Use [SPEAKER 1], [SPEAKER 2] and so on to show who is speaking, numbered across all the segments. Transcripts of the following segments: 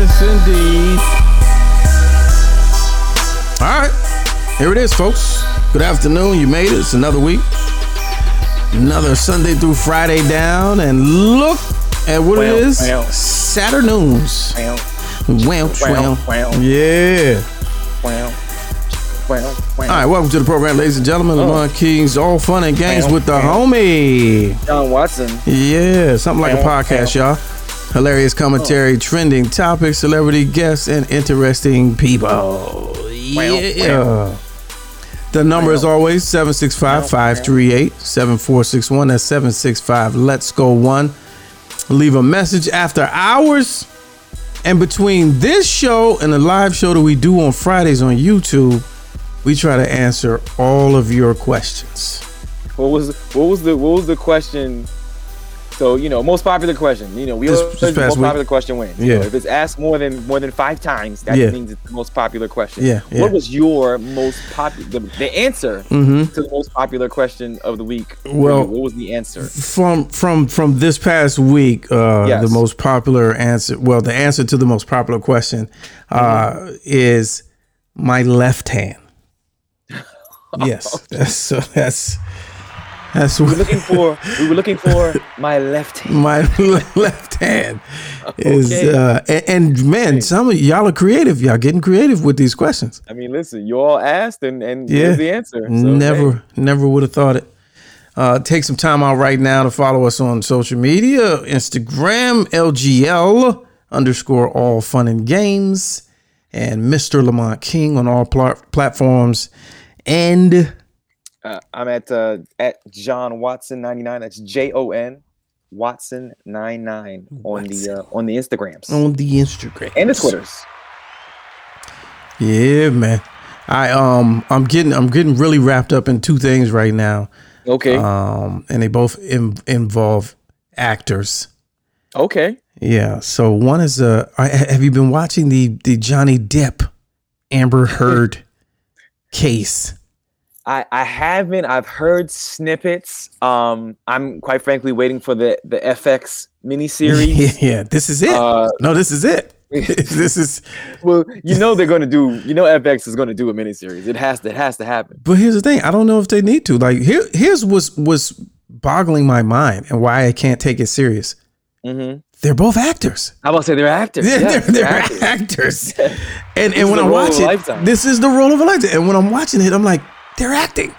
[SPEAKER 1] indeed. All right. Here it is, folks. Good afternoon. You made it. It's another week. Another Sunday through Friday down. And look at what
[SPEAKER 2] Wow,
[SPEAKER 1] it is
[SPEAKER 2] wow.
[SPEAKER 1] Saturnoons.
[SPEAKER 2] Wow,
[SPEAKER 1] Wow,
[SPEAKER 2] Wow,
[SPEAKER 1] wow.
[SPEAKER 2] wow.
[SPEAKER 1] Yeah.
[SPEAKER 2] wow, wow, wow.
[SPEAKER 1] All right. Welcome to the program, ladies and gentlemen. Lamont Kings, all fun and games
[SPEAKER 2] Wow,
[SPEAKER 1] with the
[SPEAKER 2] wow.
[SPEAKER 1] homie.
[SPEAKER 2] John Watson.
[SPEAKER 1] Yeah, something like a
[SPEAKER 2] Wow,
[SPEAKER 1] podcast, y'all. Hilarious commentary, trending topics, celebrity guests, and interesting people. Yeah. The number is always 765 538 7461. That's 765 Let's Go One. Leave a message after hours. And between this show and the live show that we do on Fridays on YouTube, we try to answer all of your questions.
[SPEAKER 2] What was what was the what was the question? So you know, most popular question. You know, we
[SPEAKER 1] This-
[SPEAKER 2] always
[SPEAKER 1] this
[SPEAKER 2] the most
[SPEAKER 1] past week.
[SPEAKER 2] popular question wins. You
[SPEAKER 1] Yeah.
[SPEAKER 2] know, if it's asked more than more than five times, that
[SPEAKER 1] Yeah.
[SPEAKER 2] means it's the most popular question.
[SPEAKER 1] Yeah, yeah.
[SPEAKER 2] What was your most popular? The, the answer to the most popular question of the week. for
[SPEAKER 1] Mm-hmm. Well-
[SPEAKER 2] you? what was the answer?
[SPEAKER 1] from from from this past week uh
[SPEAKER 2] Yes.
[SPEAKER 1] the most popular answer well the answer to the most popular question uh is my left hand yes that's so that's that's
[SPEAKER 2] We were
[SPEAKER 1] what
[SPEAKER 2] looking for we were looking for my left hand.
[SPEAKER 1] my left hand is
[SPEAKER 2] Okay.
[SPEAKER 1] uh and, and man some of y'all are creative y'all getting creative with these questions
[SPEAKER 2] I mean, listen, you all asked, and and
[SPEAKER 1] Yeah.
[SPEAKER 2] here's the answer. So,
[SPEAKER 1] never
[SPEAKER 2] hey,
[SPEAKER 1] never would have thought it uh, take some time out right now to follow us on social media instagram lgl underscore all fun and games and mr lamont king on all pla- platforms and
[SPEAKER 2] Uh, I'm at uh, at John Watson 99. That's J O N Watson 99 on the uh, on the Instagrams
[SPEAKER 1] on the instagram
[SPEAKER 2] and the Twitters.
[SPEAKER 1] yeah man i um i'm getting i'm getting really wrapped up in two things right now
[SPEAKER 2] Okay,
[SPEAKER 1] um and they both in, involve actors
[SPEAKER 2] okay.
[SPEAKER 1] Yeah. So one is uh, I, ha- have you been watching the the Johnny Depp, Amber Heard, case?
[SPEAKER 2] I I haven't. I've heard snippets. Um, I'm quite frankly waiting for the the FX miniseries.
[SPEAKER 1] Yeah, yeah. This is it.
[SPEAKER 2] Uh,
[SPEAKER 1] no, this is it. this is.
[SPEAKER 2] well, you know they're going to do. You know FX is going to do a miniseries. It has to. It has to happen.
[SPEAKER 1] But here's the thing. I don't know if they need to. Like here, here's what's was boggling my mind and why I can't take it serious.
[SPEAKER 2] Mm-hmm.
[SPEAKER 1] They're both actors.
[SPEAKER 2] I about to say they're actors.
[SPEAKER 1] They're,
[SPEAKER 2] Yes,
[SPEAKER 1] they're, they're
[SPEAKER 2] actors.
[SPEAKER 1] actors. And and
[SPEAKER 2] is
[SPEAKER 1] when
[SPEAKER 2] the
[SPEAKER 1] I
[SPEAKER 2] role of
[SPEAKER 1] watch
[SPEAKER 2] a
[SPEAKER 1] it,
[SPEAKER 2] lifetime.
[SPEAKER 1] this is the role of a lifetime. And when I'm watching it, I'm like, they're acting.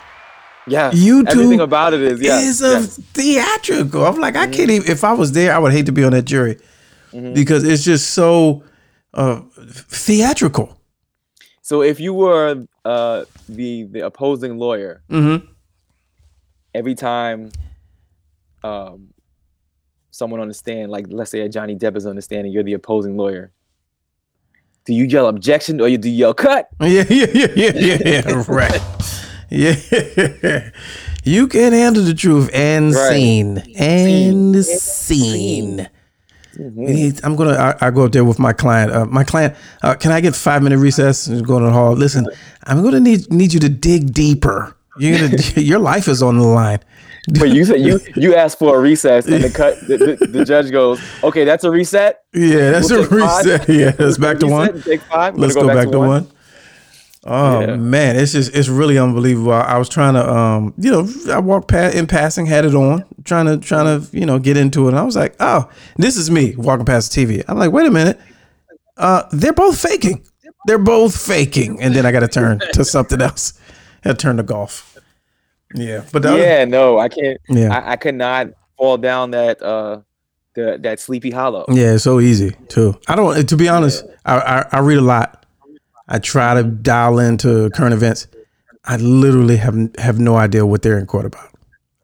[SPEAKER 2] Yeah,
[SPEAKER 1] You
[SPEAKER 2] Everything
[SPEAKER 1] two
[SPEAKER 2] about it is yeah. Mm-hmm.
[SPEAKER 1] is a theatrical. I'm like, I can't even. If I was there, I would hate to be on that jury because it's just so uh, theatrical.
[SPEAKER 2] So if you were uh, the the opposing lawyer,
[SPEAKER 1] Mm-hmm.
[SPEAKER 2] every time um, someone on the stand, like let's say a Johnny Depp is on the stand, and you're the opposing lawyer, do you yell objection or you do you yell cut?
[SPEAKER 1] Yeah, yeah, yeah, yeah, yeah, yeah. right. Yeah, you can handle the truth and
[SPEAKER 2] Right.
[SPEAKER 1] seen and seen.
[SPEAKER 2] Mm-hmm.
[SPEAKER 1] We need- I'm gonna. I, I go up there with my client. Uh, my client, uh, can I get five minute recess and go to the hall? Listen, I'm gonna need need you to dig deeper. You're gonna, your life is on the line.
[SPEAKER 2] But you said you you asked for a recess, and the cut the, the, the judge goes, okay, that's a reset.
[SPEAKER 1] Yeah, that's
[SPEAKER 2] We'll
[SPEAKER 1] a
[SPEAKER 2] take five.
[SPEAKER 1] reset. Yeah, that's back to
[SPEAKER 2] Reset
[SPEAKER 1] one.
[SPEAKER 2] and Take five. We're
[SPEAKER 1] Let's
[SPEAKER 2] gonna
[SPEAKER 1] go back to one. Oh
[SPEAKER 2] Yeah.
[SPEAKER 1] man, it's just it's really unbelievable. I, I was trying to um, you know, I walked past in passing, had it on, trying to trying to, you know, get into it. And I was like, "Oh, this is me walking past the TV." I'm like, "Wait a minute. Uh, they're both faking. They're both faking." And then I got to turn to something else. I turned to golf. Yeah, but the
[SPEAKER 2] Yeah, no, I can't.
[SPEAKER 1] Yeah.
[SPEAKER 2] I, I could not fall down that uh, the, that sleepy hollow.
[SPEAKER 1] Yeah, it's so easy too. I don't. eh, To be honest, I, I I read a lot. I try to dial into current events. I literally have have no idea what they're in court about.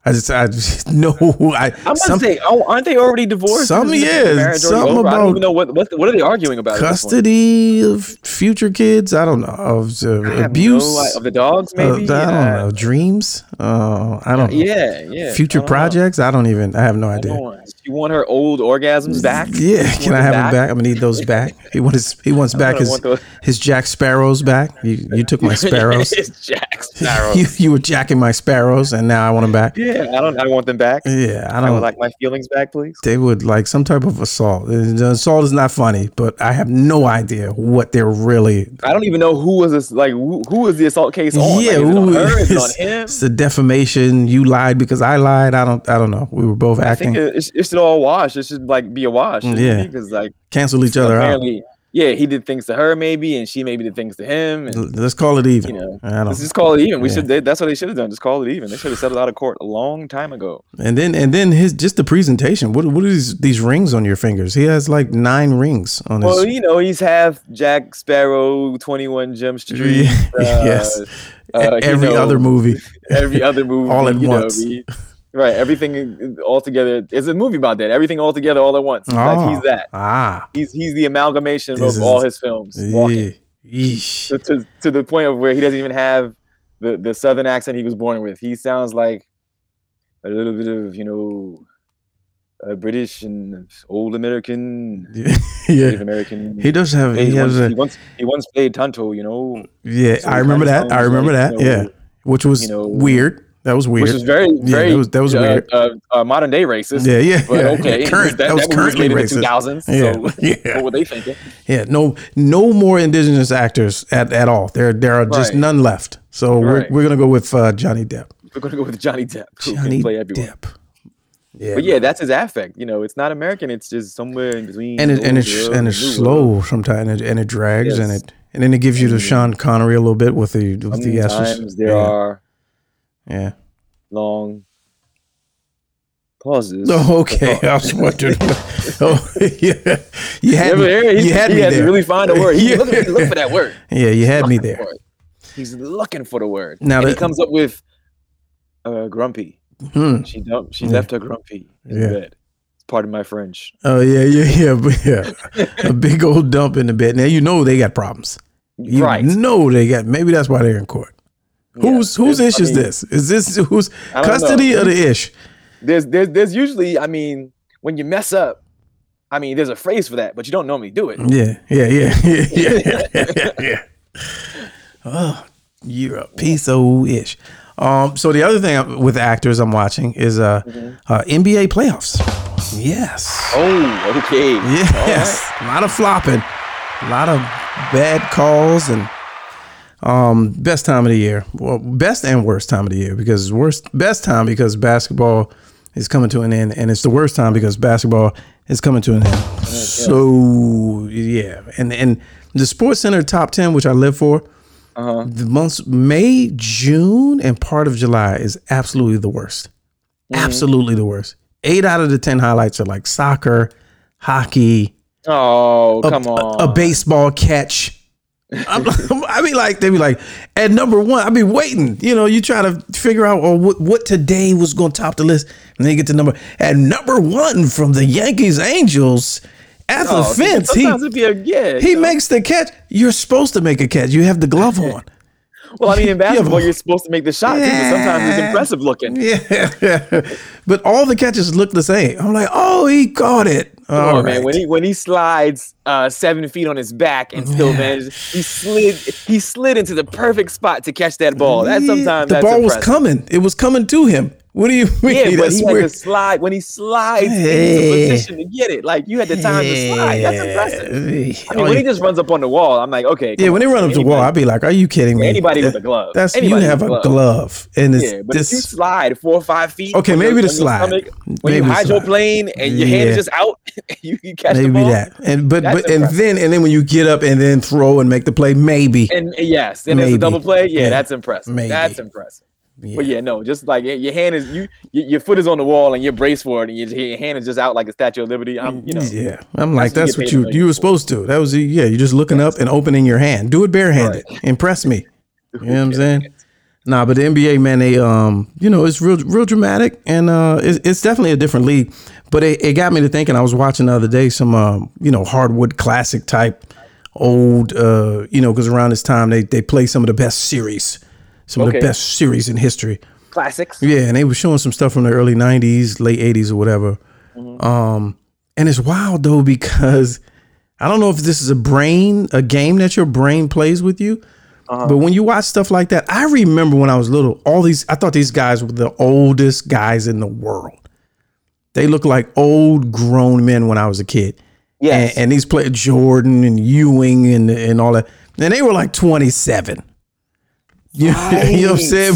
[SPEAKER 1] I just I just know who I.
[SPEAKER 2] I'm gonna
[SPEAKER 1] Some
[SPEAKER 2] say, oh, aren't they already divorced?
[SPEAKER 1] Some
[SPEAKER 2] Isn't their
[SPEAKER 1] is.
[SPEAKER 2] marriage already
[SPEAKER 1] Some
[SPEAKER 2] over? I
[SPEAKER 1] about
[SPEAKER 2] don't even know what what, what are they arguing about. at this point?
[SPEAKER 1] custody of future kids. I don't know of uh,
[SPEAKER 2] I have
[SPEAKER 1] abuse.
[SPEAKER 2] no idea. of the dogs,
[SPEAKER 1] uh,
[SPEAKER 2] maybe.
[SPEAKER 1] I
[SPEAKER 2] Uh,
[SPEAKER 1] don't know dreams. Uh, I don't. know.
[SPEAKER 2] Yeah, yeah. I
[SPEAKER 1] Future
[SPEAKER 2] don't know.
[SPEAKER 1] projects. I don't even. I have no
[SPEAKER 2] I
[SPEAKER 1] idea.
[SPEAKER 2] don't know. You want her old orgasms back?
[SPEAKER 1] Yeah, can I have him back? I'm gonna need those back. He wants he wants back
[SPEAKER 2] I
[SPEAKER 1] his
[SPEAKER 2] want those.
[SPEAKER 1] his Jack Sparrows back. You you took my sparrows.
[SPEAKER 2] it's Jack Sparrow.
[SPEAKER 1] you, you were jacking my sparrows, and now I want them back.
[SPEAKER 2] yeah, I don't. I want them back.
[SPEAKER 1] Yeah, I
[SPEAKER 2] I
[SPEAKER 1] don't
[SPEAKER 2] would like my feelings back, please.
[SPEAKER 1] they would like some type of assault. Uh, The assault is not funny, but I have no idea what they're really.
[SPEAKER 2] I don't even know who was this. Like, who, who is the assault case on?
[SPEAKER 1] yeah,
[SPEAKER 2] like, is it on
[SPEAKER 1] ooh,
[SPEAKER 2] her? Is it on
[SPEAKER 1] it's,
[SPEAKER 2] him?
[SPEAKER 1] it's the defamation. You lied because I lied. I don't. I don't know. We were both
[SPEAKER 2] I think
[SPEAKER 1] acting.
[SPEAKER 2] it, it, it should all wash. It should like be a wash.
[SPEAKER 1] Yeah.
[SPEAKER 2] because like
[SPEAKER 1] Cancel each other out.
[SPEAKER 2] apparently, yeah, he did things to her maybe, and she maybe did things to him. And
[SPEAKER 1] L- Let's call it even.
[SPEAKER 2] you know,
[SPEAKER 1] I
[SPEAKER 2] let's
[SPEAKER 1] don't.
[SPEAKER 2] just call it even. We
[SPEAKER 1] Yeah.
[SPEAKER 2] should. They, that's what they should have done. Just call it even. They should have settled out of court a long time ago.
[SPEAKER 1] And then and then his just the presentation. What what are these these rings on your fingers? He has like nine rings on his.
[SPEAKER 2] Well, you know, he's half Jack Sparrow, Twenty One Jump Street. Uh,
[SPEAKER 1] yes.
[SPEAKER 2] uh,
[SPEAKER 1] E-
[SPEAKER 2] you
[SPEAKER 1] Every
[SPEAKER 2] know,
[SPEAKER 1] other movie.
[SPEAKER 2] every other movie
[SPEAKER 1] All at
[SPEAKER 2] you know,
[SPEAKER 1] once.
[SPEAKER 2] he- right, everything uh, all together. It's a movie about that. Everything all together, all at once. Like he's
[SPEAKER 1] Oh,
[SPEAKER 2] that.
[SPEAKER 1] Ah.
[SPEAKER 2] He's he's the amalgamation
[SPEAKER 1] This
[SPEAKER 2] of all
[SPEAKER 1] is-
[SPEAKER 2] his films. Walking.
[SPEAKER 1] Yeah. Yeesh.
[SPEAKER 2] to, to, to the point of where he doesn't even have the, the southern accent he was born with. He sounds like a little bit of you know, uh, British and old American, Native
[SPEAKER 1] Yeah.
[SPEAKER 2] American.
[SPEAKER 1] He does have. He
[SPEAKER 2] he, once,
[SPEAKER 1] has a.
[SPEAKER 2] he, once, he once played Tonto, you know,
[SPEAKER 1] Yeah,
[SPEAKER 2] So
[SPEAKER 1] I
[SPEAKER 2] it
[SPEAKER 1] remember
[SPEAKER 2] kinda
[SPEAKER 1] that. I
[SPEAKER 2] sounds
[SPEAKER 1] remember
[SPEAKER 2] like,
[SPEAKER 1] that.
[SPEAKER 2] you know,
[SPEAKER 1] yeah, which was
[SPEAKER 2] you know,
[SPEAKER 1] weird. That was weird.
[SPEAKER 2] which is very,
[SPEAKER 1] Yeah,
[SPEAKER 2] very
[SPEAKER 1] that was- that was
[SPEAKER 2] uh,
[SPEAKER 1] weird.
[SPEAKER 2] Uh, uh, modern day racist.
[SPEAKER 1] yeah, yeah,
[SPEAKER 2] But
[SPEAKER 1] yeah.
[SPEAKER 2] okay,
[SPEAKER 1] Current-
[SPEAKER 2] that,
[SPEAKER 1] that, was
[SPEAKER 2] that movie was
[SPEAKER 1] currently
[SPEAKER 2] made in the 2000s.
[SPEAKER 1] racist. Yeah,
[SPEAKER 2] So
[SPEAKER 1] yeah.
[SPEAKER 2] what were they thinking?
[SPEAKER 1] Yeah, no, no more indigenous actors at, at all. There, there are just
[SPEAKER 2] Right.
[SPEAKER 1] none left. So we're,
[SPEAKER 2] Right.
[SPEAKER 1] we're gonna go with uh, Johnny Depp.
[SPEAKER 2] We're gonna go with Johnny Depp, who
[SPEAKER 1] Johnny
[SPEAKER 2] can play everywhere.
[SPEAKER 1] Depp. Yeah,
[SPEAKER 2] But yeah, that's his affect. You know, it's not American. It's just somewhere in between.
[SPEAKER 1] and it,
[SPEAKER 2] the old
[SPEAKER 1] and it's
[SPEAKER 2] world
[SPEAKER 1] and it's
[SPEAKER 2] the new
[SPEAKER 1] slow sometimes, and it, and it drags, and
[SPEAKER 2] Yes. Mm.
[SPEAKER 1] it and then it gives you the Sean Connery a little bit with the with
[SPEAKER 2] world.
[SPEAKER 1] the
[SPEAKER 2] Sometimes
[SPEAKER 1] S's.
[SPEAKER 2] there
[SPEAKER 1] yeah.
[SPEAKER 2] are
[SPEAKER 1] yeah.
[SPEAKER 2] long pauses.
[SPEAKER 1] Oh, okay. I was wondering. oh, yeah. You had
[SPEAKER 2] Never
[SPEAKER 1] me,
[SPEAKER 2] hear it.
[SPEAKER 1] you had
[SPEAKER 2] he
[SPEAKER 1] me
[SPEAKER 2] has to
[SPEAKER 1] there.
[SPEAKER 2] really find a word. He
[SPEAKER 1] Yeah.
[SPEAKER 2] look, he look for that word.
[SPEAKER 1] Yeah, you had me there.
[SPEAKER 2] For it. He's looking for the word.
[SPEAKER 1] Now
[SPEAKER 2] Now and he
[SPEAKER 1] that-
[SPEAKER 2] comes up with uh, grumpy.
[SPEAKER 1] Hmm.
[SPEAKER 2] She dumped, She
[SPEAKER 1] Yeah.
[SPEAKER 2] left her grumpy in
[SPEAKER 1] Yeah.
[SPEAKER 2] bed. It's part of my French.
[SPEAKER 1] Oh yeah, yeah, yeah, but yeah. a big old dump in the bed. Now you know they got problems. You
[SPEAKER 2] right.
[SPEAKER 1] know they got. Maybe that's why they're in court.
[SPEAKER 2] Yeah.
[SPEAKER 1] Who's whose
[SPEAKER 2] There's-
[SPEAKER 1] ish
[SPEAKER 2] I
[SPEAKER 1] is
[SPEAKER 2] mean,
[SPEAKER 1] this? Is this who's
[SPEAKER 2] I don't know.
[SPEAKER 1] custody or the ish?
[SPEAKER 2] There's there's there's usually I mean when you mess up, I mean there's a phrase for that, but you don't normally do it.
[SPEAKER 1] Yeah, yeah, yeah, yeah, yeah, yeah, yeah. Oh, you're a piece of ish. Um, so the other thing I- with actors I'm watching is uh, uh NBA playoffs. Yes.
[SPEAKER 2] Oh, okay.
[SPEAKER 1] Yes, a lot of flopping, a lot of bad calls, and um, best time of the year. Well, best and worst time of the year because worst best time because basketball is coming to an end, and it's the worst time because basketball is coming to an end. So yeah, and and the Sports Center top ten, which I live for.
[SPEAKER 2] Uh-huh.
[SPEAKER 1] The months May, June, and part of July is absolutely the worst absolutely the worst. Eight out of the ten highlights are like soccer, hockey,
[SPEAKER 2] Oh,
[SPEAKER 1] a,
[SPEAKER 2] come
[SPEAKER 1] a-
[SPEAKER 2] on.
[SPEAKER 1] a baseball catch. I'm, I mean, like they be like at number one. I be waiting. You know, you try to figure out oh, what what today was going to top the list, and then you get to number at number one from the Yankees Angels at the
[SPEAKER 2] Oh,
[SPEAKER 1] fence. He
[SPEAKER 2] Sometimes it'd be a yeah.
[SPEAKER 1] he
[SPEAKER 2] you know.
[SPEAKER 1] makes the catch. You're supposed to make a catch. You have the glove on.
[SPEAKER 2] well, I mean, in
[SPEAKER 1] yeah,
[SPEAKER 2] basketball,
[SPEAKER 1] but-
[SPEAKER 2] you're supposed to make the shot too, but sometimes it's
[SPEAKER 1] Yeah.
[SPEAKER 2] impressive looking.
[SPEAKER 1] Yeah, but all the catches look the same. I'm like, oh, he caught it.
[SPEAKER 2] Come
[SPEAKER 1] All
[SPEAKER 2] on, man.
[SPEAKER 1] right.
[SPEAKER 2] When he when he slides uh, seven feet on his back and still manages, he slid he slid into the perfect spot to catch that ball. That
[SPEAKER 1] Yeah,
[SPEAKER 2] sometimes
[SPEAKER 1] the
[SPEAKER 2] that's
[SPEAKER 1] ball was
[SPEAKER 2] impressive.
[SPEAKER 1] coming. It was coming to him. What do you mean?
[SPEAKER 2] Yeah, but
[SPEAKER 1] That's
[SPEAKER 2] he
[SPEAKER 1] weird.
[SPEAKER 2] had to slide when he slides
[SPEAKER 1] Yeah.
[SPEAKER 2] into position to get it. Like you had the time to slide. That's impressive. I mean,
[SPEAKER 1] Oh,
[SPEAKER 2] when he
[SPEAKER 1] yeah.
[SPEAKER 2] just runs up on the wall, I'm like, okay.
[SPEAKER 1] Yeah,
[SPEAKER 2] come
[SPEAKER 1] when
[SPEAKER 2] on.
[SPEAKER 1] they run up the wall,
[SPEAKER 2] Anybody-
[SPEAKER 1] I'd be like, "Are you kidding me?"
[SPEAKER 2] Anybody with a glove.
[SPEAKER 1] That's
[SPEAKER 2] Anybody
[SPEAKER 1] you
[SPEAKER 2] with
[SPEAKER 1] have
[SPEAKER 2] a
[SPEAKER 1] a glove,
[SPEAKER 2] glove.
[SPEAKER 1] and it's
[SPEAKER 2] Yeah, but if you
[SPEAKER 1] this.
[SPEAKER 2] slide four or five feet.
[SPEAKER 1] Okay,
[SPEAKER 2] when
[SPEAKER 1] maybe
[SPEAKER 2] you're-
[SPEAKER 1] the
[SPEAKER 2] on your
[SPEAKER 1] slide.
[SPEAKER 2] when
[SPEAKER 1] Maybe
[SPEAKER 2] you
[SPEAKER 1] the
[SPEAKER 2] hydroplane and your hand
[SPEAKER 1] Yeah.
[SPEAKER 2] is just out, you, you catch the
[SPEAKER 1] Maybe
[SPEAKER 2] ball.
[SPEAKER 1] that, and but
[SPEAKER 2] That's
[SPEAKER 1] but and
[SPEAKER 2] impressive.
[SPEAKER 1] then and then when you get up and then throw and make the play, maybe
[SPEAKER 2] And uh, yes, and it's
[SPEAKER 1] Maybe.
[SPEAKER 2] a double play. Yeah,
[SPEAKER 1] Yeah,
[SPEAKER 2] that's impressive.
[SPEAKER 1] maybe.
[SPEAKER 2] That's impressive. But
[SPEAKER 1] Yeah.
[SPEAKER 2] yeah, no, just like y- your hand is you, y- your foot is on the wall and you're braced for it, and your, your hand is just out like a Statue of Liberty. I'm, you know,
[SPEAKER 1] yeah, I'm like
[SPEAKER 2] what you
[SPEAKER 1] that's
[SPEAKER 2] get paid
[SPEAKER 1] what
[SPEAKER 2] a
[SPEAKER 1] you
[SPEAKER 2] million
[SPEAKER 1] you were
[SPEAKER 2] for.
[SPEAKER 1] supposed to. That was e, yeah, you're just looking up and opening your hand. Do it barehanded. Impress me. You know what I'm saying? Nah, but the NBA man, they um, you know, it's real, real dramatic, and uh, it's, it's definitely a different league. But it, it got me to thinking. I was watching the other day some um, you know, hardwood classic type old uh, you know, because around this time they they play some of the best series, some of
[SPEAKER 2] Okay.
[SPEAKER 1] the best series in history.
[SPEAKER 2] classics.
[SPEAKER 1] Yeah, and they were showing some stuff from the early '90s, late '80s, or whatever. Um, and it's wild though because I don't know if this is a brain, a game that your brain plays with you. But when you watch stuff like that, I remember when I was little, all these I thought these guys were the oldest guys in the world. They looked like old grown men when I was a kid.
[SPEAKER 2] Yes.
[SPEAKER 1] And, and these played Jordan and Ewing and and all that. And they were like 27. You, you know what I'm saying?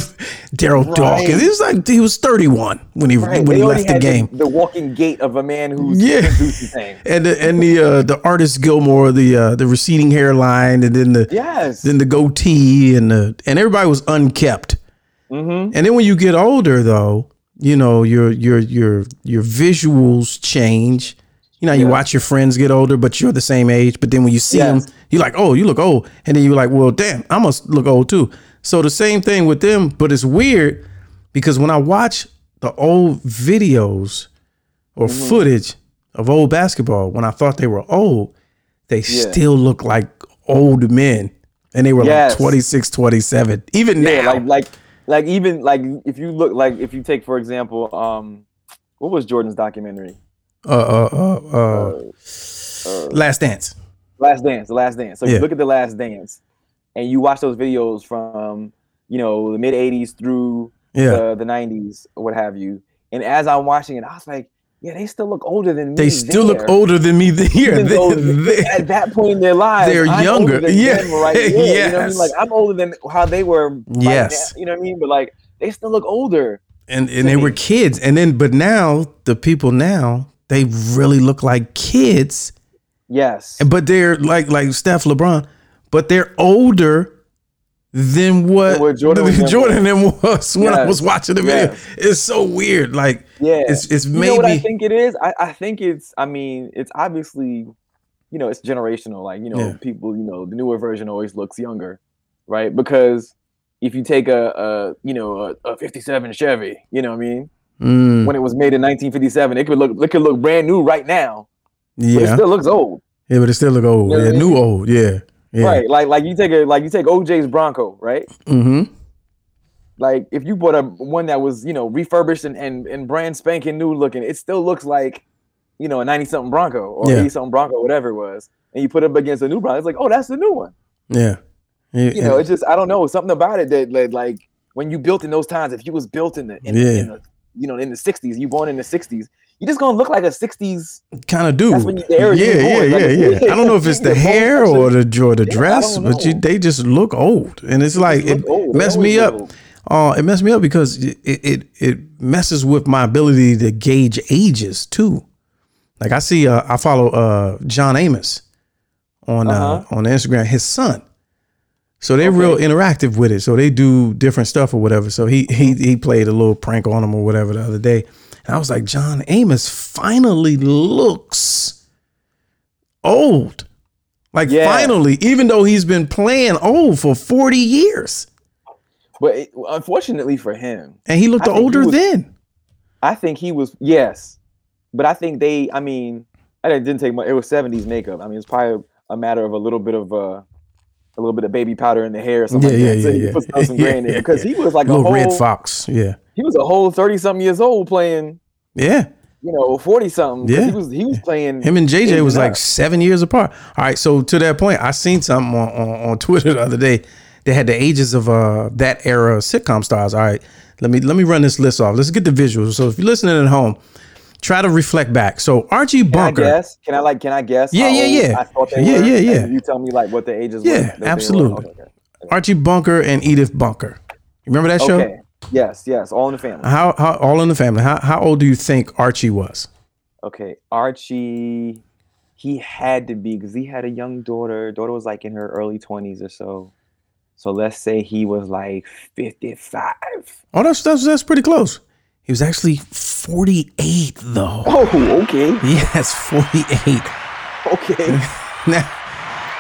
[SPEAKER 1] Daryl Dawkins. He was like he was 31 when he
[SPEAKER 2] Right,
[SPEAKER 1] when
[SPEAKER 2] they
[SPEAKER 1] he
[SPEAKER 2] already
[SPEAKER 1] left the
[SPEAKER 2] had
[SPEAKER 1] game.
[SPEAKER 2] The, walking gait of a man who's
[SPEAKER 1] Yeah.
[SPEAKER 2] yeah. thing.
[SPEAKER 1] and the, and the uh, the artist Gilmore, the uh, the receding hairline, and then the
[SPEAKER 2] Yes.
[SPEAKER 1] then the goatee, and the and everybody was unkept.
[SPEAKER 2] Mm-hmm.
[SPEAKER 1] And then when you get older, though, you know your your your your visuals change. You know, you watch your friends get older, but you're the same age. But then when you see
[SPEAKER 2] Yes.
[SPEAKER 1] them, you're like, oh, you look old. And then you're like, well, damn, I must look old too. So the same thing with them, but it's weird because when I watch the old videos or
[SPEAKER 2] Mm-hmm.
[SPEAKER 1] footage of old basketball, when I thought they were old, they still look like old men. And they were
[SPEAKER 2] Yes.
[SPEAKER 1] like 26, 27. Even
[SPEAKER 2] yeah,
[SPEAKER 1] now.
[SPEAKER 2] like like like even like if you look like if you take for example, um, what was Jordan's documentary?
[SPEAKER 1] uh, uh, uh, uh,
[SPEAKER 2] uh,
[SPEAKER 1] Last Dance.
[SPEAKER 2] Last Dance, The Last Dance. So
[SPEAKER 1] Yeah.
[SPEAKER 2] you look at The Last Dance, and you watch those videos from you know the mid '80s through the,
[SPEAKER 1] Yeah.
[SPEAKER 2] the '90s, or what have you. And as I'm watching it, I was like, yeah, they still look older than me.
[SPEAKER 1] they still
[SPEAKER 2] there.
[SPEAKER 1] look older than me th- here.
[SPEAKER 2] Even
[SPEAKER 1] They-
[SPEAKER 2] though
[SPEAKER 1] they-
[SPEAKER 2] at that point in their lives,
[SPEAKER 1] They're
[SPEAKER 2] I'm
[SPEAKER 1] younger.
[SPEAKER 2] Older than
[SPEAKER 1] Yeah.
[SPEAKER 2] them right there, You know what I
[SPEAKER 1] Yes.
[SPEAKER 2] mean? Like I'm older than how they were. Like,
[SPEAKER 1] Yes.
[SPEAKER 2] now, you know what I mean? But like they still look older.
[SPEAKER 1] and and they were kids. And then, but now the people now they really look like kids.
[SPEAKER 2] Yes.
[SPEAKER 1] But they're like like Steph LeBron, but they're older than what,
[SPEAKER 2] Than what Jordan
[SPEAKER 1] than
[SPEAKER 2] was.
[SPEAKER 1] Jordan and was when I
[SPEAKER 2] Yes.
[SPEAKER 1] was watching the video.
[SPEAKER 2] Yes.
[SPEAKER 1] It's so weird. Like
[SPEAKER 2] Yeah.
[SPEAKER 1] it's it's
[SPEAKER 2] you
[SPEAKER 1] maybe
[SPEAKER 2] know what I think it is? I, I think it's I mean, it's obviously, you know, it's generational. Like, you know,
[SPEAKER 1] Yeah.
[SPEAKER 2] people, you know, the newer version always looks younger, right? Because if you take a, a you know a, a 57 Chevy, you know what I mean?
[SPEAKER 1] Mm,
[SPEAKER 2] When it was made in 1957, it could look it could look brand new right now, but it
[SPEAKER 1] yeah,
[SPEAKER 2] still looks old.
[SPEAKER 1] yeah, but it still look old.
[SPEAKER 2] You know what
[SPEAKER 1] Yeah,
[SPEAKER 2] I mean?
[SPEAKER 1] new old. Yeah, yeah.
[SPEAKER 2] Right. Like like you take a like you take OJ's Bronco, right?
[SPEAKER 1] Mm-hmm.
[SPEAKER 2] Like if you bought a one that was, you know, refurbished and and, and brand spanking new looking, it still looks like, you know, a 90 something Bronco or
[SPEAKER 1] Yeah.
[SPEAKER 2] 80 something Bronco, whatever it was. And you put it up against a new Bronco, it's like, oh, that's the new one.
[SPEAKER 1] Yeah. Yeah,
[SPEAKER 2] You know, it's just I don't know, something about it that that, like when you built in those times, if you was built in the in, the- in
[SPEAKER 1] Yeah.
[SPEAKER 2] the you know in the 60s, you born in the 60s, you just gonna look like a 60s
[SPEAKER 1] kind of do.
[SPEAKER 2] That's when you- the era you
[SPEAKER 1] yeah, yeah,
[SPEAKER 2] born, like,
[SPEAKER 1] yeah, yeah.
[SPEAKER 2] it's-
[SPEAKER 1] I don't know if it's
[SPEAKER 2] your
[SPEAKER 1] the hair
[SPEAKER 2] bone
[SPEAKER 1] or the or the
[SPEAKER 2] Yeah, I
[SPEAKER 1] dress,
[SPEAKER 2] don't
[SPEAKER 1] but you,
[SPEAKER 2] know.
[SPEAKER 1] they just look old, and it's like
[SPEAKER 2] look
[SPEAKER 1] it
[SPEAKER 2] old. They
[SPEAKER 1] messed
[SPEAKER 2] always
[SPEAKER 1] me
[SPEAKER 2] look
[SPEAKER 1] up.
[SPEAKER 2] old.
[SPEAKER 1] Uh, it messed me up because it, it it messes with my ability to gauge ages too. Like I see, uh, I follow uh, John Amos on uh
[SPEAKER 2] Uh-huh.
[SPEAKER 1] on Instagram. His son. So they're real interactive with it. So they do different stuff or whatever. So he he
[SPEAKER 2] Mm-hmm.
[SPEAKER 1] he played a little prank on him or whatever the other day. And I was like, John Amos finally looks old. Like
[SPEAKER 2] Yeah.
[SPEAKER 1] finally, even though he's been playing old for 40 years.
[SPEAKER 2] But it, unfortunately for him,
[SPEAKER 1] And he looked
[SPEAKER 2] I think he
[SPEAKER 1] older
[SPEAKER 2] was-
[SPEAKER 1] then.
[SPEAKER 2] I think he was yes, but I think they. I mean, I didn't didn't take much. It was seventies makeup. I mean, it's probably a matter of a little bit of uh, a little bit of baby powder in the hair or something.
[SPEAKER 1] Yeah,
[SPEAKER 2] like
[SPEAKER 1] yeah,
[SPEAKER 2] that.
[SPEAKER 1] yeah,
[SPEAKER 2] so
[SPEAKER 1] yeah.
[SPEAKER 2] He put some- some
[SPEAKER 1] Yeah,
[SPEAKER 2] gray in
[SPEAKER 1] yeah,
[SPEAKER 2] there because he was like a
[SPEAKER 1] Little
[SPEAKER 2] whole.
[SPEAKER 1] red fox. Yeah.
[SPEAKER 2] He was a whole thirty something years old playing.
[SPEAKER 1] Yeah.
[SPEAKER 2] You know, forty something.
[SPEAKER 1] Yeah.
[SPEAKER 2] He was he was playing.
[SPEAKER 1] Him and
[SPEAKER 2] Yeah,
[SPEAKER 1] JJ was like
[SPEAKER 2] nah.
[SPEAKER 1] seven years apart. All right, so to that point, I seen something on, on, on Twitter the other day. They had the ages of uh, that era sitcom stars. All right, let me let me run this list off. Let's get the visuals. So if you're listening at home, try to reflect back. So Archie
[SPEAKER 2] can I
[SPEAKER 1] Bunker,
[SPEAKER 2] guess? Can I like? Can I guess?
[SPEAKER 1] Yeah,
[SPEAKER 2] how
[SPEAKER 1] yeah,
[SPEAKER 2] old
[SPEAKER 1] yeah.
[SPEAKER 2] I thought they
[SPEAKER 1] Yeah,
[SPEAKER 2] were?
[SPEAKER 1] yeah,
[SPEAKER 2] And
[SPEAKER 1] yeah.
[SPEAKER 2] You tell me like what the ages.
[SPEAKER 1] Yeah,
[SPEAKER 2] were, that they were?
[SPEAKER 1] absolutely.
[SPEAKER 2] Okay.
[SPEAKER 1] Archie Bunker, and Edith Bunker. You remember that show?
[SPEAKER 2] okay. Yes. Yes. All in the family.
[SPEAKER 1] How, how all in the family? How how old do you think Archie was?
[SPEAKER 2] Okay, Archie, he had to be because he had a young daughter. Daughter was like in her early twenties or so. So let's say he was like fifty-five.
[SPEAKER 1] Oh, that's that's, that's pretty close. He was actually 48 though.
[SPEAKER 2] Oh, okay,
[SPEAKER 1] Yes, 48.
[SPEAKER 2] okay.
[SPEAKER 1] now,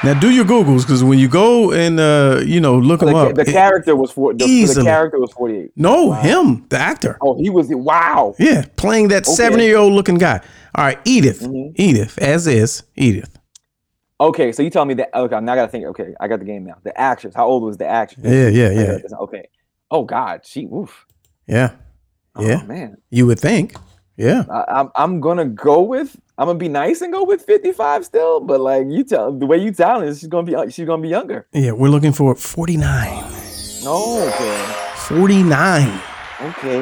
[SPEAKER 1] now do your googles because when you go and uh, you know look
[SPEAKER 2] The,
[SPEAKER 1] him
[SPEAKER 2] ca-
[SPEAKER 1] up,
[SPEAKER 2] the
[SPEAKER 1] it-
[SPEAKER 2] character was for the, the
[SPEAKER 1] Easily.
[SPEAKER 2] character was forty-eight.
[SPEAKER 1] no, him, the actor,
[SPEAKER 2] Oh, he was wow.
[SPEAKER 1] yeah, playing that seventy-year-old looking guy. All right, Edith,
[SPEAKER 2] Mm-hmm.
[SPEAKER 1] Edith, as is Edith.
[SPEAKER 2] Okay, so you tell me that. Okay, now I gotta think. Okay, I got the game now. The actress. How old was the actress?
[SPEAKER 1] Yeah, yeah, yeah,
[SPEAKER 2] Okay. Oh God, she. Oof.
[SPEAKER 1] yeah.
[SPEAKER 2] Oh
[SPEAKER 1] Yeah.
[SPEAKER 2] man.
[SPEAKER 1] You would think. Yeah.
[SPEAKER 2] I, I'm I'm gonna go with I'm gonna be nice and go with 55 still, but like you tell the way you tell it, she's gonna be uh, she's gonna be younger.
[SPEAKER 1] Yeah, we're looking for 49.
[SPEAKER 2] No, okay,
[SPEAKER 1] 49.
[SPEAKER 2] okay.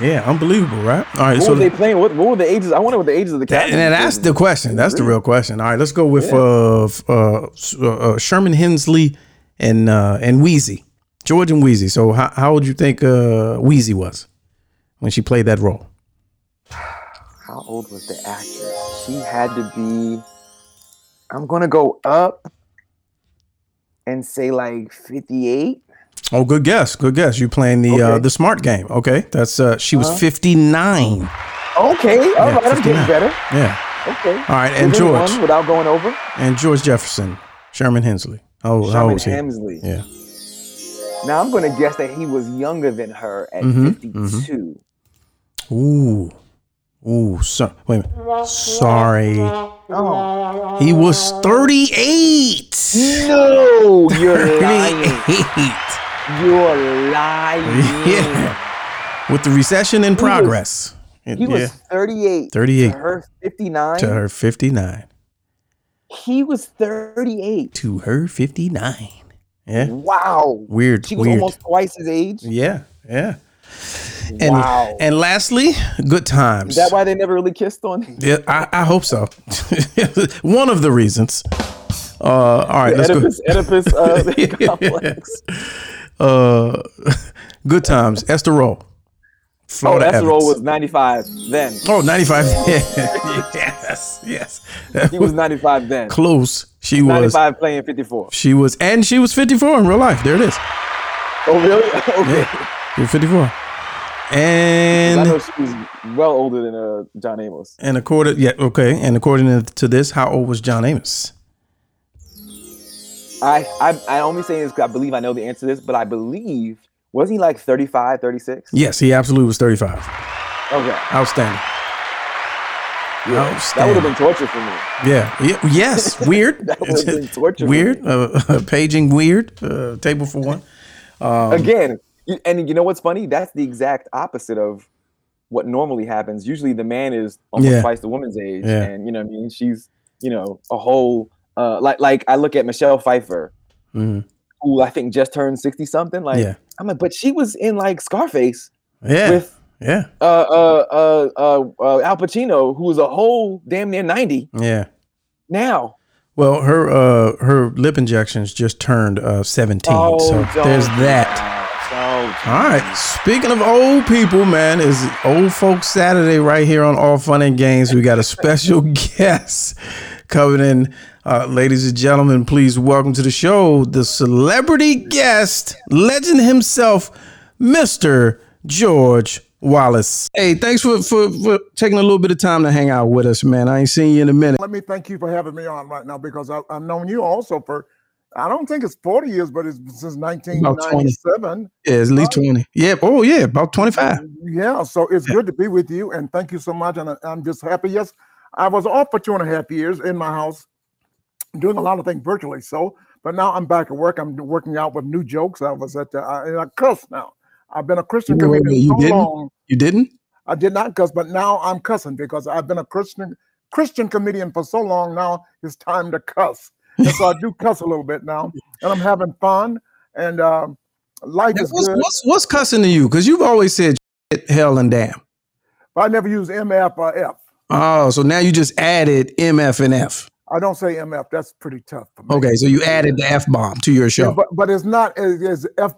[SPEAKER 1] Yeah, unbelievable, right? All right,
[SPEAKER 2] What
[SPEAKER 1] so
[SPEAKER 2] were they playing? What, what were the ages? I wonder what the ages of the
[SPEAKER 1] that,
[SPEAKER 2] cast.
[SPEAKER 1] and that's the question. That's the real question. All right, let's go with uh, f- uh, s- uh, uh, Sherman Hensley and uh, and Wheezy, George and Wheezy. So how how old you think uh, Wheezy was when she played that role?
[SPEAKER 2] How old was the actress? She had to be. I'm gonna go up and say like 58.
[SPEAKER 1] Oh, good guess, good guess. You playing the uh,
[SPEAKER 2] Okay. Uh-huh.
[SPEAKER 1] the smart game? Okay, that's uh, she was fifty nine.
[SPEAKER 2] Okay, all right, I'm
[SPEAKER 1] 59.
[SPEAKER 2] getting better.
[SPEAKER 1] Yeah.
[SPEAKER 2] Okay.
[SPEAKER 1] All right, and
[SPEAKER 2] Within
[SPEAKER 1] George.
[SPEAKER 2] one without going over.
[SPEAKER 1] And George Jefferson, Sherman Hensley. Oh, how
[SPEAKER 2] Sherman
[SPEAKER 1] old was he?
[SPEAKER 2] Hemsley.
[SPEAKER 1] yeah.
[SPEAKER 2] Now I'm gonna guess that he was younger than her at
[SPEAKER 1] Mm-hmm,
[SPEAKER 2] 52.
[SPEAKER 1] Ooh. Ooh, so, wait a minute. Sorry. He was 38.
[SPEAKER 2] No, you're lying.
[SPEAKER 1] 38.
[SPEAKER 2] You're lying.
[SPEAKER 1] Yeah. With the recession in progress.
[SPEAKER 2] He was
[SPEAKER 1] yeah.
[SPEAKER 2] 38.
[SPEAKER 1] 38.
[SPEAKER 2] To her 59.
[SPEAKER 1] to her 59.
[SPEAKER 2] He was 38.
[SPEAKER 1] To her 59. Yeah.
[SPEAKER 2] Wow.
[SPEAKER 1] Weird.
[SPEAKER 2] She was
[SPEAKER 1] weird.
[SPEAKER 2] almost twice his age.
[SPEAKER 1] Yeah. Yeah. And,
[SPEAKER 2] Wow.
[SPEAKER 1] and lastly, good times.
[SPEAKER 2] Is that why they never really kissed on?
[SPEAKER 1] Yeah, I, I hope so. One of the reasons. Uh, all right, let's go.
[SPEAKER 2] Oedipus, Oedipus uh, complex.
[SPEAKER 1] Uh, good times. Esther Roll.
[SPEAKER 2] Oh,
[SPEAKER 1] Florida
[SPEAKER 2] that's the
[SPEAKER 1] Evans.
[SPEAKER 2] role was 95 then.
[SPEAKER 1] Oh, 95. yes, yes. That
[SPEAKER 2] He
[SPEAKER 1] was
[SPEAKER 2] was 95 then.
[SPEAKER 1] close. She was.
[SPEAKER 2] 95 playing 54.
[SPEAKER 1] She was, and she was 54 in real life. There it is.
[SPEAKER 2] Oh, really? Okay.
[SPEAKER 1] Yeah, she was 54.
[SPEAKER 2] I know
[SPEAKER 1] And
[SPEAKER 2] she was well older than uh, John Amos.
[SPEAKER 1] and according yeah okay and according to this, how old was John Amos?
[SPEAKER 2] I, I, I only say this because I believe I know the answer to this, but I believe, wasn't he like 35, 36?
[SPEAKER 1] Yes, he absolutely was 35.
[SPEAKER 2] Okay.
[SPEAKER 1] Outstanding.
[SPEAKER 2] That would
[SPEAKER 1] Outstanding.
[SPEAKER 2] have been torture for me.
[SPEAKER 1] Yeah. Ye- Yes. Weird.
[SPEAKER 2] That would've been torture for
[SPEAKER 1] weird. Uh, paging weird. Uh, table for one. Um,
[SPEAKER 2] Again, you- and you know what's funny? That's the exact opposite of what normally happens. Usually the man is almost
[SPEAKER 1] Yeah.
[SPEAKER 2] twice the woman's age.
[SPEAKER 1] Yeah.
[SPEAKER 2] And you know what I mean? She's, you know, a whole uh like like I look at Michelle Pfeiffer,
[SPEAKER 1] Mhm.
[SPEAKER 2] who I think just turned 60 something. Like
[SPEAKER 1] Yeah.
[SPEAKER 2] I'm like, but she was in like Scarface
[SPEAKER 1] Yeah.
[SPEAKER 2] with
[SPEAKER 1] yeah.
[SPEAKER 2] uh, uh, uh, uh, uh, Al Pacino, who was a whole damn near 90
[SPEAKER 1] Yeah.
[SPEAKER 2] now.
[SPEAKER 1] Well, her uh, her lip injections just turned uh, 17. so
[SPEAKER 2] Oh, don't
[SPEAKER 1] there's
[SPEAKER 2] do
[SPEAKER 1] that.
[SPEAKER 2] Don't do
[SPEAKER 1] All right. Speaking of old people, man, is Old Folks Saturday right here on All Fun and Games. We got a special guest coming in. Uh, ladies and gentlemen, please welcome to the show the celebrity guest, legend himself, Mr. George Wallace. Hey, thanks for, for, for taking a little bit of time to hang out with us, man. I ain't seen you in a minute.
[SPEAKER 3] let me thank you for having me on right now because I, I've known you also for, I don't think it's 40 years, but it's since 1997.
[SPEAKER 1] Yeah, at least 20. Yeah. Oh, yeah, about 25.
[SPEAKER 3] Yeah, so it's good to be with you and thank you so much. And I- I'm just happy. Yes, I was off for two and a half years in my house doing a lot of things virtually. So, but now I'm back at work. I'm working out with new jokes. I was at, the, I, and I cuss now. I've been a Christian
[SPEAKER 1] Wait, wait,
[SPEAKER 3] comedian
[SPEAKER 1] wait, you
[SPEAKER 3] so
[SPEAKER 1] didn't?
[SPEAKER 3] long.
[SPEAKER 1] You didn't?
[SPEAKER 3] I did not cuss, but now I'm cussing because I've been a Christian Christian comedian for so long now. It's time to cuss, and so I do cuss a little bit now, and I'm having fun, and um life is
[SPEAKER 1] What's,
[SPEAKER 3] good.
[SPEAKER 1] what's, what's cussing to you? Because you've always said shit, hell, and damn.
[SPEAKER 3] But I never use MF or F.
[SPEAKER 1] Oh, so now you just added MF and F.
[SPEAKER 3] I don't say MF. That's pretty tough for me.
[SPEAKER 1] Okay, so you added the F bomb to your
[SPEAKER 3] Yeah,
[SPEAKER 1] show.
[SPEAKER 3] but but it's not as, as F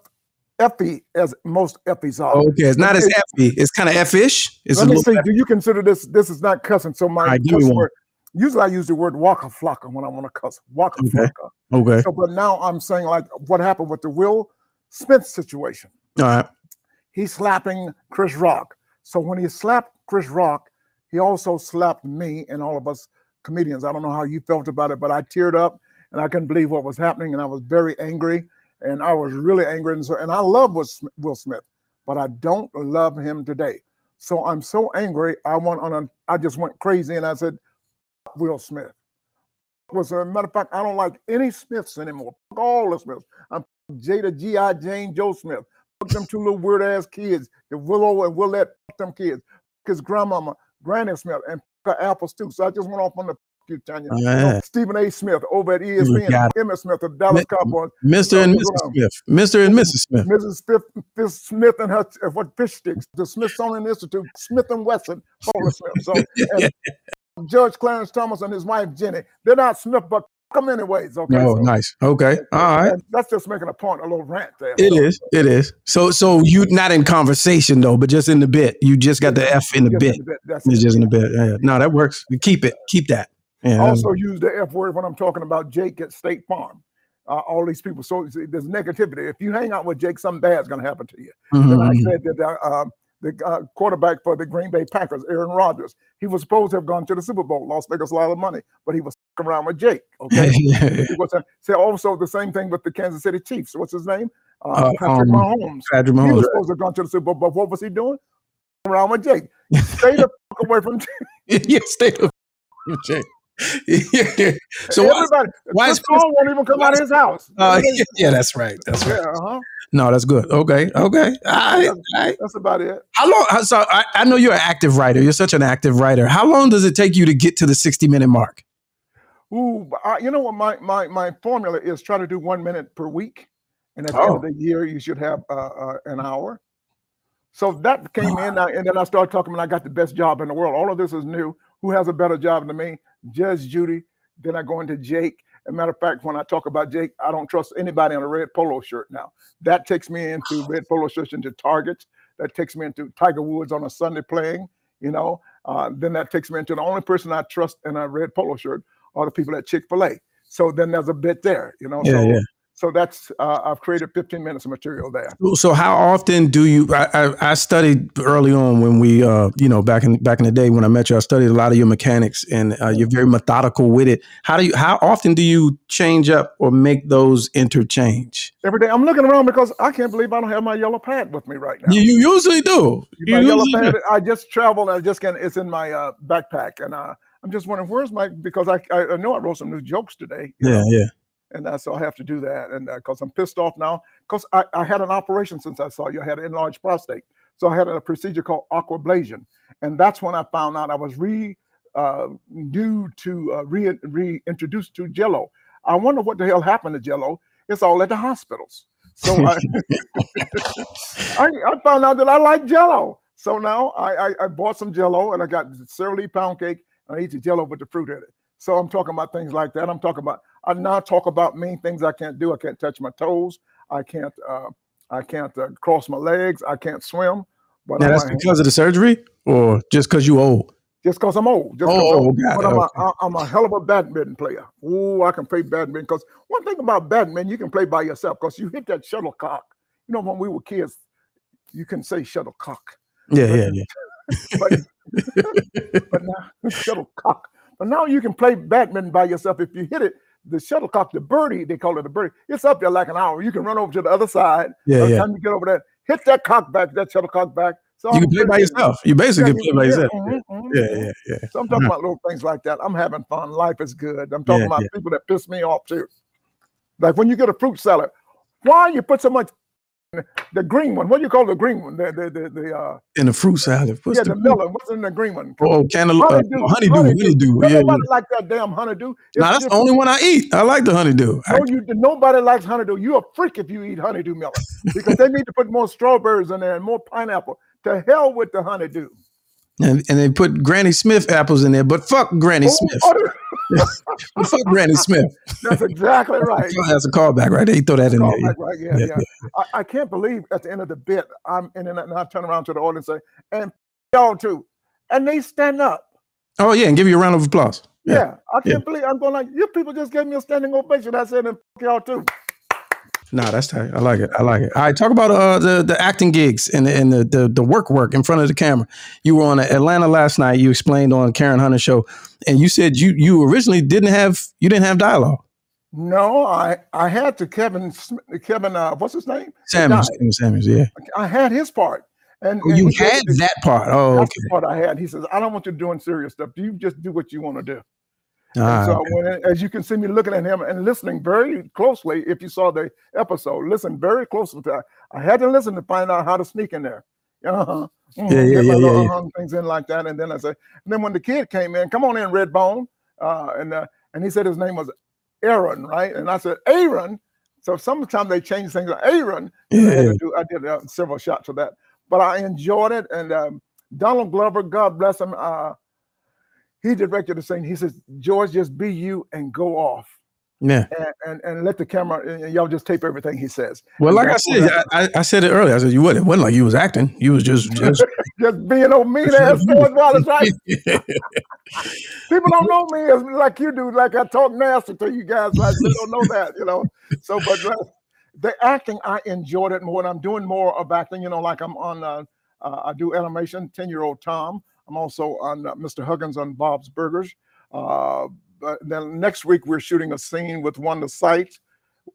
[SPEAKER 3] effy as most effies are.
[SPEAKER 1] Okay, it's not as effy. It's kind of F-ish. Oh, It's a
[SPEAKER 3] Let me
[SPEAKER 1] little.
[SPEAKER 3] see. Do you consider this? This is not cussing. So my
[SPEAKER 1] All right, give me
[SPEAKER 3] cuss
[SPEAKER 1] one.
[SPEAKER 3] word- Usually I use the word waka flocka when I want to cuss. Waka
[SPEAKER 1] Okay.
[SPEAKER 3] flocka.
[SPEAKER 1] Okay,
[SPEAKER 3] So, but now I'm saying like what happened with the Will Smith situation.
[SPEAKER 1] all right.
[SPEAKER 3] He's slapping Chris Rock. So when he slapped Chris Rock, he also slapped me and all of us comedians. I don't know how you felt about it, but I teared up and I couldn't believe what was happening, and I was very angry, and I was really angry. And so, and I love Will Sm- Will Smith, but I don't love him today. So I'm so angry. I went on a. I just went crazy, and I said, "F Will Smith. Was a matter of fact, I don't like any Smiths anymore. F all the Smiths. I'm f- Jada, G.I. Jane, Joe Smith. Fuck them two little weird ass kids, the Willow and Willette. Fuck them kids. Fuck his grandmama, Granny Smith, and her apples too. So I just went off on the you, Tanya.
[SPEAKER 1] All right.
[SPEAKER 3] Stephen A. Smith over at E
[SPEAKER 1] got
[SPEAKER 3] ESPN,
[SPEAKER 1] it.
[SPEAKER 3] Emmett Smith of
[SPEAKER 1] Mi-
[SPEAKER 3] Dallas Cowboys,
[SPEAKER 1] Mr. and Mrs. Smith. Mr. and Mrs. Smith.
[SPEAKER 3] Mrs. Smith, Fis- Smith and her uh, what fish sticks, the Smithsonian Institute, Smith and Wesson, Paula Smith. So and Judge Clarence Thomas and his wife Jenny, they're not Smith, but come anyways. Okay,
[SPEAKER 1] Oh,
[SPEAKER 3] so-
[SPEAKER 1] nice. Okay. All right.
[SPEAKER 3] and that's just making a point, a little rant there.
[SPEAKER 1] It
[SPEAKER 3] So,
[SPEAKER 1] is. It is. So, so you not in conversation though, but just in the bit. You just got the F in the
[SPEAKER 3] just
[SPEAKER 1] bit.
[SPEAKER 3] that- that's
[SPEAKER 1] It's
[SPEAKER 3] it.
[SPEAKER 1] just in the bit. Yeah. No, that works. You keep it. Keep that. Yeah. that's-
[SPEAKER 3] also use the F word when I'm talking about Jake at State Farm. Uh, all these people, so it's- there's negativity. If you hang out with Jake, something bad's going to happen to you. And I
[SPEAKER 1] mhm.
[SPEAKER 3] said that uh, um, the uh, quarterback for the Green Bay Packers, Aaron Rodgers, he was supposed to have gone to the Super Bowl, Las Vegas, a lot of money, but he was f***ing around with Jake. Okay. he was, uh, so also the same thing with the Kansas City Chiefs. What's his name? Uh,
[SPEAKER 1] Uh, um,
[SPEAKER 3] Patrick Mahomes.
[SPEAKER 1] Patrick
[SPEAKER 3] He
[SPEAKER 1] Mahomes.
[SPEAKER 3] was supposed to have gone to the Super Bowl, but what was he doing? F***ing Around with Jake. Stay the fuck away from
[SPEAKER 1] yeah, stay the okay. yeah. So why,
[SPEAKER 3] everybody.
[SPEAKER 1] why is
[SPEAKER 3] Chris Paul won't even come
[SPEAKER 1] why
[SPEAKER 3] out
[SPEAKER 1] is-
[SPEAKER 3] of his house.
[SPEAKER 1] uh, yeah, yeah, that's right. That's
[SPEAKER 3] yeah,
[SPEAKER 1] right.
[SPEAKER 3] uh-huh.
[SPEAKER 1] No, that's good. Okay. Okay. All right. All right.
[SPEAKER 3] That's about it.
[SPEAKER 1] How long? how- So I, I know you're an active writer. You're such an active writer. How long does it take you to get to the 60 minute mark?
[SPEAKER 3] Ooh, but I, you know what? My, my my formula is try to do one minute per week, and at the end of
[SPEAKER 1] Oh.
[SPEAKER 3] the year, you should have uh, uh, an hour. So that came in, I, and then I started talking. And I got the best job in the world. All of this is new. Who has a better job than me? Judge Judy. Then I go into Jake. As a matter of fact, when I talk about Jake, I don't trust anybody in a red polo shirt now. That takes me into red polo shirts into targets. That takes me into Tiger Woods on a Sunday playing. You know, uh, then that takes me into the only person I trust in a red polo shirt are the people at Chick Fil A. So then there's a bit there. You know, so so that's uh, I've created 15 minutes of material there.
[SPEAKER 1] So how often do you? I, I, I studied early on when we, uh, you know, back in back in the day when I met you, I studied a lot of your mechanics, and uh, you're very methodical with it. How do you? How often do you change up or make those interchange?
[SPEAKER 3] Every day I'm looking around because I can't believe I don't have my yellow pad with me right now.
[SPEAKER 1] You, you usually do. You
[SPEAKER 3] my yellow
[SPEAKER 1] usually
[SPEAKER 3] pad.
[SPEAKER 1] do.
[SPEAKER 3] I just traveled. I just can. It's in my uh, backpack, and uh, I'm just wondering where's my because I, I I know I wrote some new jokes today. you
[SPEAKER 1] Yeah,
[SPEAKER 3] know,
[SPEAKER 1] yeah.
[SPEAKER 3] and uh, so I have to do that, and because I'm pissed off now because I, I had an operation since I saw you. I had an enlarged prostate, so I had a procedure called aquablation, and that's when I found out I was re uh, due to uh, re- reintroduced to Jello. I wonder what the hell happened to Jello. It's all at the hospitals. So I, I, I found out that I like Jello. So now I, I, I bought some Jello and I got Sara Lee pound cake and I eat the Jello with the fruit in it. So I'm talking about things like that. I'm talking about I now talk about mean things I can't do. I can't touch my toes. I can't uh, I can't uh, cross my legs. I can't swim. But
[SPEAKER 1] Now
[SPEAKER 3] I'm
[SPEAKER 1] that's
[SPEAKER 3] a-
[SPEAKER 1] because of the surgery, or just because you old.
[SPEAKER 3] just because I'm old. Just 'cause
[SPEAKER 1] Oh,
[SPEAKER 3] I'm, old.
[SPEAKER 1] got
[SPEAKER 3] But
[SPEAKER 1] it.
[SPEAKER 3] I'm, a, I- I'm a hell of a badminton player. Ooh, I can play badminton because one thing about badminton, you can play by yourself because you hit that shuttlecock. You know, when we were kids, you can say shuttlecock,
[SPEAKER 1] Yeah, yeah, yeah.
[SPEAKER 3] but, but now shuttlecock. But now you can play badminton by yourself if you hit it. The shuttlecock, the birdie, they call it a birdie. It's up there like an hour. You can run over to the other side.
[SPEAKER 1] Yeah,
[SPEAKER 3] By the
[SPEAKER 1] yeah.
[SPEAKER 3] time you get over there, hit that cock back, that shuttlecock back. So
[SPEAKER 1] You
[SPEAKER 3] I'm
[SPEAKER 1] can play by
[SPEAKER 3] pretty-
[SPEAKER 1] yourself. You
[SPEAKER 3] Yeah,
[SPEAKER 1] basically play
[SPEAKER 3] you-
[SPEAKER 1] by
[SPEAKER 3] yeah,
[SPEAKER 1] yourself.
[SPEAKER 3] mhm, mhm,
[SPEAKER 1] Yeah,
[SPEAKER 3] mhm.
[SPEAKER 1] yeah, yeah.
[SPEAKER 3] So I'm talking about little things like that. I'm having fun. Life is good. I'm
[SPEAKER 1] Mm-hmm.
[SPEAKER 3] talking
[SPEAKER 1] Yeah,
[SPEAKER 3] about
[SPEAKER 1] yeah.
[SPEAKER 3] people that piss me off too. Like when you get a fruit salad, why you put so much in the green one? What do you call the green one? The the the, the uh
[SPEAKER 1] And the fruit salad. What's
[SPEAKER 3] yeah,
[SPEAKER 1] the,
[SPEAKER 3] the melon. What's in the green one?
[SPEAKER 1] Oh, cantaloupe. Uh,
[SPEAKER 3] Honeydew,
[SPEAKER 1] honeydew.
[SPEAKER 3] honeydew.
[SPEAKER 1] Honeydew.
[SPEAKER 3] Don't
[SPEAKER 1] Oh, Yeah, yeah.
[SPEAKER 3] nobody like that damn honeydew. It's
[SPEAKER 1] Nah, that's
[SPEAKER 3] just-
[SPEAKER 1] the only one I eat. I like the honeydew. I,
[SPEAKER 3] no, you nobody likes honeydew. You a freak if you eat honeydew melon because they need to put more strawberries in there and more pineapple. To hell with the honeydew.
[SPEAKER 1] and, and they put Granny Smith apples in there, but fuck Granny
[SPEAKER 3] Oh,
[SPEAKER 1] Smith.
[SPEAKER 3] oh,
[SPEAKER 1] But fuck Granny Smith.
[SPEAKER 3] that's exactly right.
[SPEAKER 1] That's a callback, right? They throw that in
[SPEAKER 3] Oh,
[SPEAKER 1] there.
[SPEAKER 3] right, right, yeah,
[SPEAKER 1] Yeah,
[SPEAKER 3] yeah. I, I can't believe at the end of the bit, I'm in and, and I turn around to the audience and say, and y'all too. And they stand up.
[SPEAKER 1] Oh yeah, and give you a round of applause.
[SPEAKER 3] Yeah.
[SPEAKER 1] Yeah.
[SPEAKER 3] I can't
[SPEAKER 1] yeah.
[SPEAKER 3] believe I'm going like, you people just gave me a standing ovation. I said, and f- y'all too.
[SPEAKER 1] Nah, that's tight. I like it. I like it. All right, talk about uh, the the acting gigs and the, and the, the the work work in front of the camera. You were on Atlanta last night. You explained on Karen Hunter's show, and you said you you originally didn't have you didn't have dialogue.
[SPEAKER 3] No, I, I had to Kevin, Sm- Kevin, uh, what's his name?
[SPEAKER 1] Samuels, Kevin Samuels, yeah.
[SPEAKER 3] I had his part. And,
[SPEAKER 1] Oh,
[SPEAKER 3] and
[SPEAKER 1] you
[SPEAKER 3] he gave
[SPEAKER 1] had
[SPEAKER 3] me-
[SPEAKER 1] that part. Oh,
[SPEAKER 3] That's
[SPEAKER 1] okay.
[SPEAKER 3] the part I had. He says, I don't want you doing serious stuff. You just do what you want to do.
[SPEAKER 1] All
[SPEAKER 3] And
[SPEAKER 1] right.
[SPEAKER 3] so I went in, as you can see me looking at him and listening very closely. If you saw the episode, listen very closely. To, I had to listen to find out how to sneak in there. Uh-huh. Mhm.
[SPEAKER 1] Yeah, yeah,
[SPEAKER 3] Get
[SPEAKER 1] yeah,
[SPEAKER 3] my little
[SPEAKER 1] yeah, yeah.
[SPEAKER 3] uh-huh things in like that, and then I say, and then when the kid came in, come on in, Redbone, uh, and uh, and he said his name was Aaron, right? And I said Aaron. So sometimes they change things. like, Aaron. And I, had
[SPEAKER 1] Yeah.
[SPEAKER 3] to do, I did uh, several shots of that, but I enjoyed it. And um, Donald Glover, God bless him, uh, he directed the scene. He says, George, just be you and go off,
[SPEAKER 1] Yeah.
[SPEAKER 3] and and, and let the camera and- and y'all just tape everything he says.
[SPEAKER 1] Well, like I
[SPEAKER 3] That's what
[SPEAKER 1] said,
[SPEAKER 3] happened.
[SPEAKER 1] I, I, I said it earlier. I said you wasn't. It wasn't like you was acting. You was just just.
[SPEAKER 3] Just being old mean ass George Wallace, right? People don't
[SPEAKER 1] Mm-hmm.
[SPEAKER 3] know me as like you do. Like I talk nasty to you guys, like they don't know that, you know. So, but uh, the acting, I enjoyed it more, and I'm doing more of acting. You know, like I'm on, uh, uh, I do animation. Ten year old Tom. I'm also on uh, Mr. Huggins on Bob's Burgers. Uh, but then next week we're shooting a scene with one of the sites,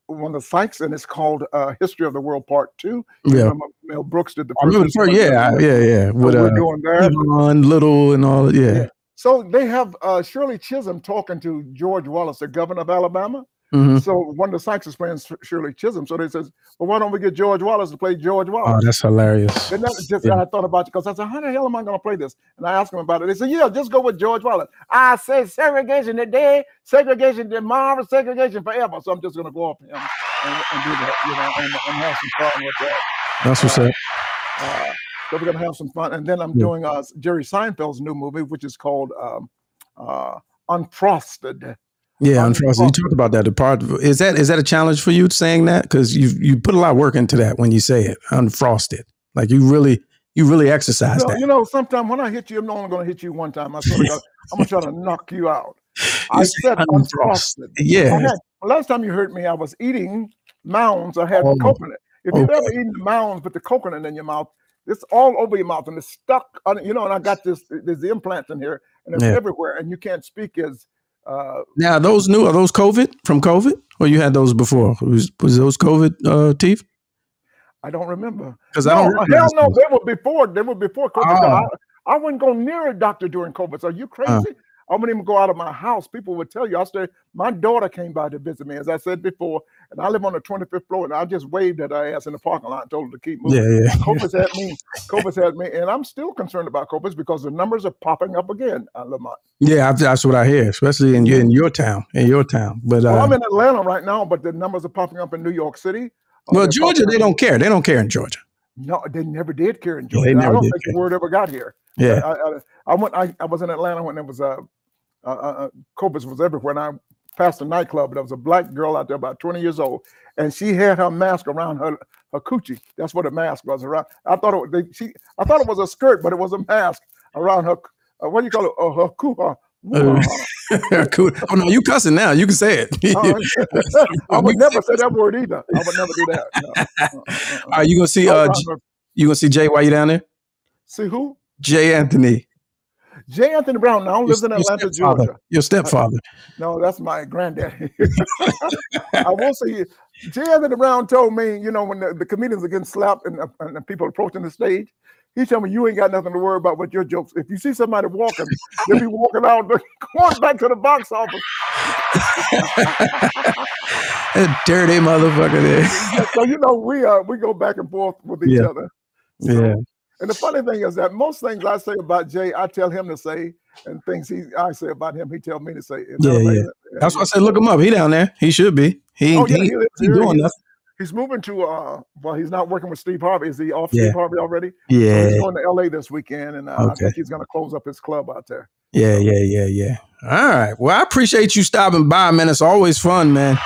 [SPEAKER 3] one of the sites, and it's called uh, History of the World Part Two.
[SPEAKER 1] yeah.
[SPEAKER 3] Mel Brooks did the.
[SPEAKER 1] I remember.
[SPEAKER 3] producer on
[SPEAKER 1] yeah, I-
[SPEAKER 3] that.
[SPEAKER 1] yeah, yeah.
[SPEAKER 3] So
[SPEAKER 1] With
[SPEAKER 3] we're
[SPEAKER 1] uh,
[SPEAKER 3] doing that.
[SPEAKER 1] Yvonne Little and all. Yeah.
[SPEAKER 3] Yeah. So they have uh, Shirley Chisholm talking to George Wallace, the governor of Alabama.
[SPEAKER 1] hmm
[SPEAKER 3] So one of the Sykes is playing Sh- Shirley Chisholm. So they says, well, why don't we get George Wallace to play George
[SPEAKER 1] Oh,
[SPEAKER 3] Wallace?
[SPEAKER 1] that's hilarious.
[SPEAKER 3] and that's just
[SPEAKER 1] yeah.
[SPEAKER 3] I thought about it because I said, how the hell am I going to play this? And I asked him about it. They said, yeah, just go with George Wallace. I said segregation today, segregation tomorrow, segregation forever. So I'm just going to go up him and, and do that, you know, and, and have some fun with that.
[SPEAKER 1] That's what's up.
[SPEAKER 3] Uh, so we're gonna have some fun, and then I'm
[SPEAKER 1] Yeah.
[SPEAKER 3] doing uh, Jerry Seinfeld's new movie, which is called um, uh, Unfrosted.
[SPEAKER 1] Yeah,
[SPEAKER 3] I'm
[SPEAKER 1] unfortunately, you talked about that. The part is that is that a challenge for you saying that because you you put a lot of work into that when you say it unfrosted. Like you really you really exercise
[SPEAKER 3] You know,
[SPEAKER 1] that.
[SPEAKER 3] you know, sometimes when I hit you, I'm only gonna hit you one time. I swear to God, I'm gonna try to knock you out. I
[SPEAKER 1] You say
[SPEAKER 3] said
[SPEAKER 1] unfrosted.
[SPEAKER 3] unfrosted. I
[SPEAKER 1] Yeah,
[SPEAKER 3] had, last time you heard me, I was eating mounds. I had
[SPEAKER 1] Oh,
[SPEAKER 3] coconut. If you've
[SPEAKER 1] okay.
[SPEAKER 3] ever eaten mounds with the coconut in your mouth, it's all over your mouth and it's stuck. On, you know, and I got this. There's the implants in here, and it's
[SPEAKER 1] Yeah.
[SPEAKER 3] everywhere, and you can't speak as. Uh,
[SPEAKER 1] Now, are those new are those COVID from COVID, or you had those before? Was, was those COVID uh, teeth?
[SPEAKER 3] I don't remember.
[SPEAKER 1] Because I
[SPEAKER 3] No,
[SPEAKER 1] don't.
[SPEAKER 3] Oh, hell
[SPEAKER 1] recognize
[SPEAKER 3] no,
[SPEAKER 1] those.
[SPEAKER 3] they were before. They were before COVID.
[SPEAKER 1] Oh. Uh.
[SPEAKER 3] I, I wouldn't go near a doctor during COVID. So are you crazy? I wouldn't even go out of my house. People would tell you. I said my daughter came by to visit me, as I said before, and I live on the 25th floor, and I just waved at her ass in the parking lot and told her to keep moving.
[SPEAKER 1] Yeah, yeah.
[SPEAKER 3] COVID's had me. COVID's had me, and I'm still concerned about COVID because the numbers are popping up again. Uh, Lamont.
[SPEAKER 1] Yeah, I- that's what I hear, especially in your in your town, in your town. But uh,
[SPEAKER 3] Well,
[SPEAKER 1] well,
[SPEAKER 3] I'm in Atlanta right now, but the numbers are popping up in New York City. Uh, they're
[SPEAKER 1] Georgia,
[SPEAKER 3] popping
[SPEAKER 1] they
[SPEAKER 3] up-
[SPEAKER 1] don't care. They don't care in Georgia.
[SPEAKER 3] No, they never did care in
[SPEAKER 1] Yeah,
[SPEAKER 3] Georgia.
[SPEAKER 1] they
[SPEAKER 3] I
[SPEAKER 1] never
[SPEAKER 3] don't
[SPEAKER 1] did
[SPEAKER 3] think
[SPEAKER 1] care.
[SPEAKER 3] the word ever got here.
[SPEAKER 1] Yeah,
[SPEAKER 3] I, I, I went. I, I was in Atlanta when it was uh, uh, uh, COVID was everywhere, and I passed a nightclub. There was a black girl out there, about twenty years old, and she had her mask around her her coochie. That's what a mask was around. I thought it was they, she. I thought it was a skirt, but it was a mask around her. Uh, what do you call it? Uh, her coo. Her,
[SPEAKER 1] Uh, cool. Oh no, you cussing now. You can say it.
[SPEAKER 3] Uh, I would never say that word either. I would never do that. No. Uh, uh, uh, uh.
[SPEAKER 1] Are you gonna see? Uh, J- you gonna see Jay while you down there?
[SPEAKER 3] See who?
[SPEAKER 1] Jay Anthony,
[SPEAKER 3] J. Anthony Brown now lives in Atlanta,
[SPEAKER 1] stepfather.
[SPEAKER 3] Georgia.
[SPEAKER 1] Your stepfather.
[SPEAKER 3] No, that's my granddaddy. I will say, J. Anthony Brown told me, you know, when the, the comedians are getting slapped and, uh, and the people approaching the stage, he told me, you ain't got nothing to worry about with your jokes. If you see somebody walking, they'll be walking out, the- going back to the box office.
[SPEAKER 1] That dirty motherfucker there.
[SPEAKER 3] So, you know, we uh, we go back and forth with each
[SPEAKER 1] Yeah.
[SPEAKER 3] other.
[SPEAKER 1] Yeah.
[SPEAKER 3] And the funny thing is that most things I say about Jay, I tell him to say, and things he I say about him, he tell me to say. Isn't that
[SPEAKER 1] Yeah, yeah.
[SPEAKER 3] amazing?
[SPEAKER 1] That's why I said look him up. He down there. He should be. He
[SPEAKER 3] uh, Oh,
[SPEAKER 1] ain't
[SPEAKER 3] yeah,
[SPEAKER 1] he,
[SPEAKER 3] he lives
[SPEAKER 1] he
[SPEAKER 3] here.
[SPEAKER 1] doing
[SPEAKER 3] He-
[SPEAKER 1] nothing.
[SPEAKER 3] He's moving to uh well, he's not working with Steve Harvey. Is he off
[SPEAKER 1] Yeah.
[SPEAKER 3] Steve Harvey already? So
[SPEAKER 1] Yeah.
[SPEAKER 3] he's going to LA this weekend, and uh, I
[SPEAKER 1] Okay.
[SPEAKER 3] think he's going to close up his club out there.
[SPEAKER 1] Yeah, yeah, yeah, yeah. All right. Well, I appreciate you stopping by, man. It's always fun, man.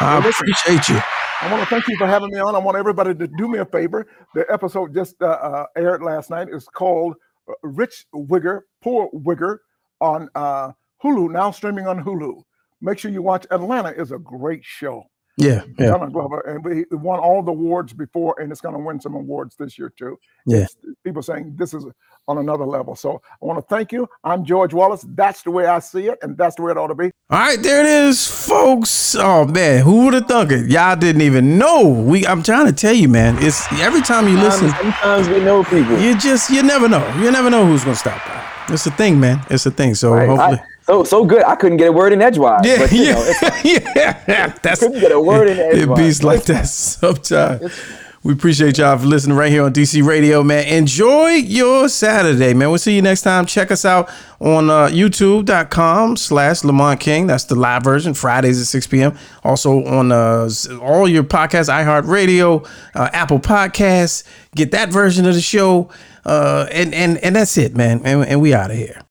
[SPEAKER 1] I
[SPEAKER 3] Well, listen.
[SPEAKER 1] appreciate you.
[SPEAKER 3] I want to thank you for having me on. I want everybody to do me a favor. The episode just uh, uh, aired last night. It's called uh, "Rich Wigger, Poor Wigger" on uh, Hulu. Now streaming on Hulu. Make sure you watch. Atlanta is a great show.
[SPEAKER 1] Yeah, yeah,
[SPEAKER 3] Donald Glover, and we it won all the awards before, and it's going to win some awards this year too.
[SPEAKER 1] Yeah.
[SPEAKER 3] It's- people saying this is on another level. So I want to thank you. I'm George Wallace. That's the way I see it, and that's the way it ought to be.
[SPEAKER 1] All right, there it is, folks. Oh man, who would have thunk it? Y'all didn't even know. We, I'm trying to tell you, man. It's every time you listen,
[SPEAKER 2] Sometimes, sometimes we know people.
[SPEAKER 1] you just you never know. You never know who's gonna stop by. It's a thing, man. It's a thing. So
[SPEAKER 2] Right,
[SPEAKER 1] hopefully,
[SPEAKER 2] I, so so good. I couldn't get a word in edgewise.
[SPEAKER 1] yeah,
[SPEAKER 2] but, you
[SPEAKER 1] yeah,
[SPEAKER 2] Know, it's,
[SPEAKER 1] yeah. That's
[SPEAKER 2] couldn't get a word in
[SPEAKER 1] it.
[SPEAKER 2] edgewise.
[SPEAKER 1] Beats like that sometimes. We appreciate y'all for listening right here on DC Radio, man. Enjoy your Saturday, man. We'll see you next time. Check us out on uh, youtube.com slash Lamont King. That's the live version, Fridays at 6 p.m. Also on uh, s- all your podcasts, iHeartRadio, uh, Apple Podcasts. Get that version of the show. Uh, and, and, and that's it, man. And, and we out of here.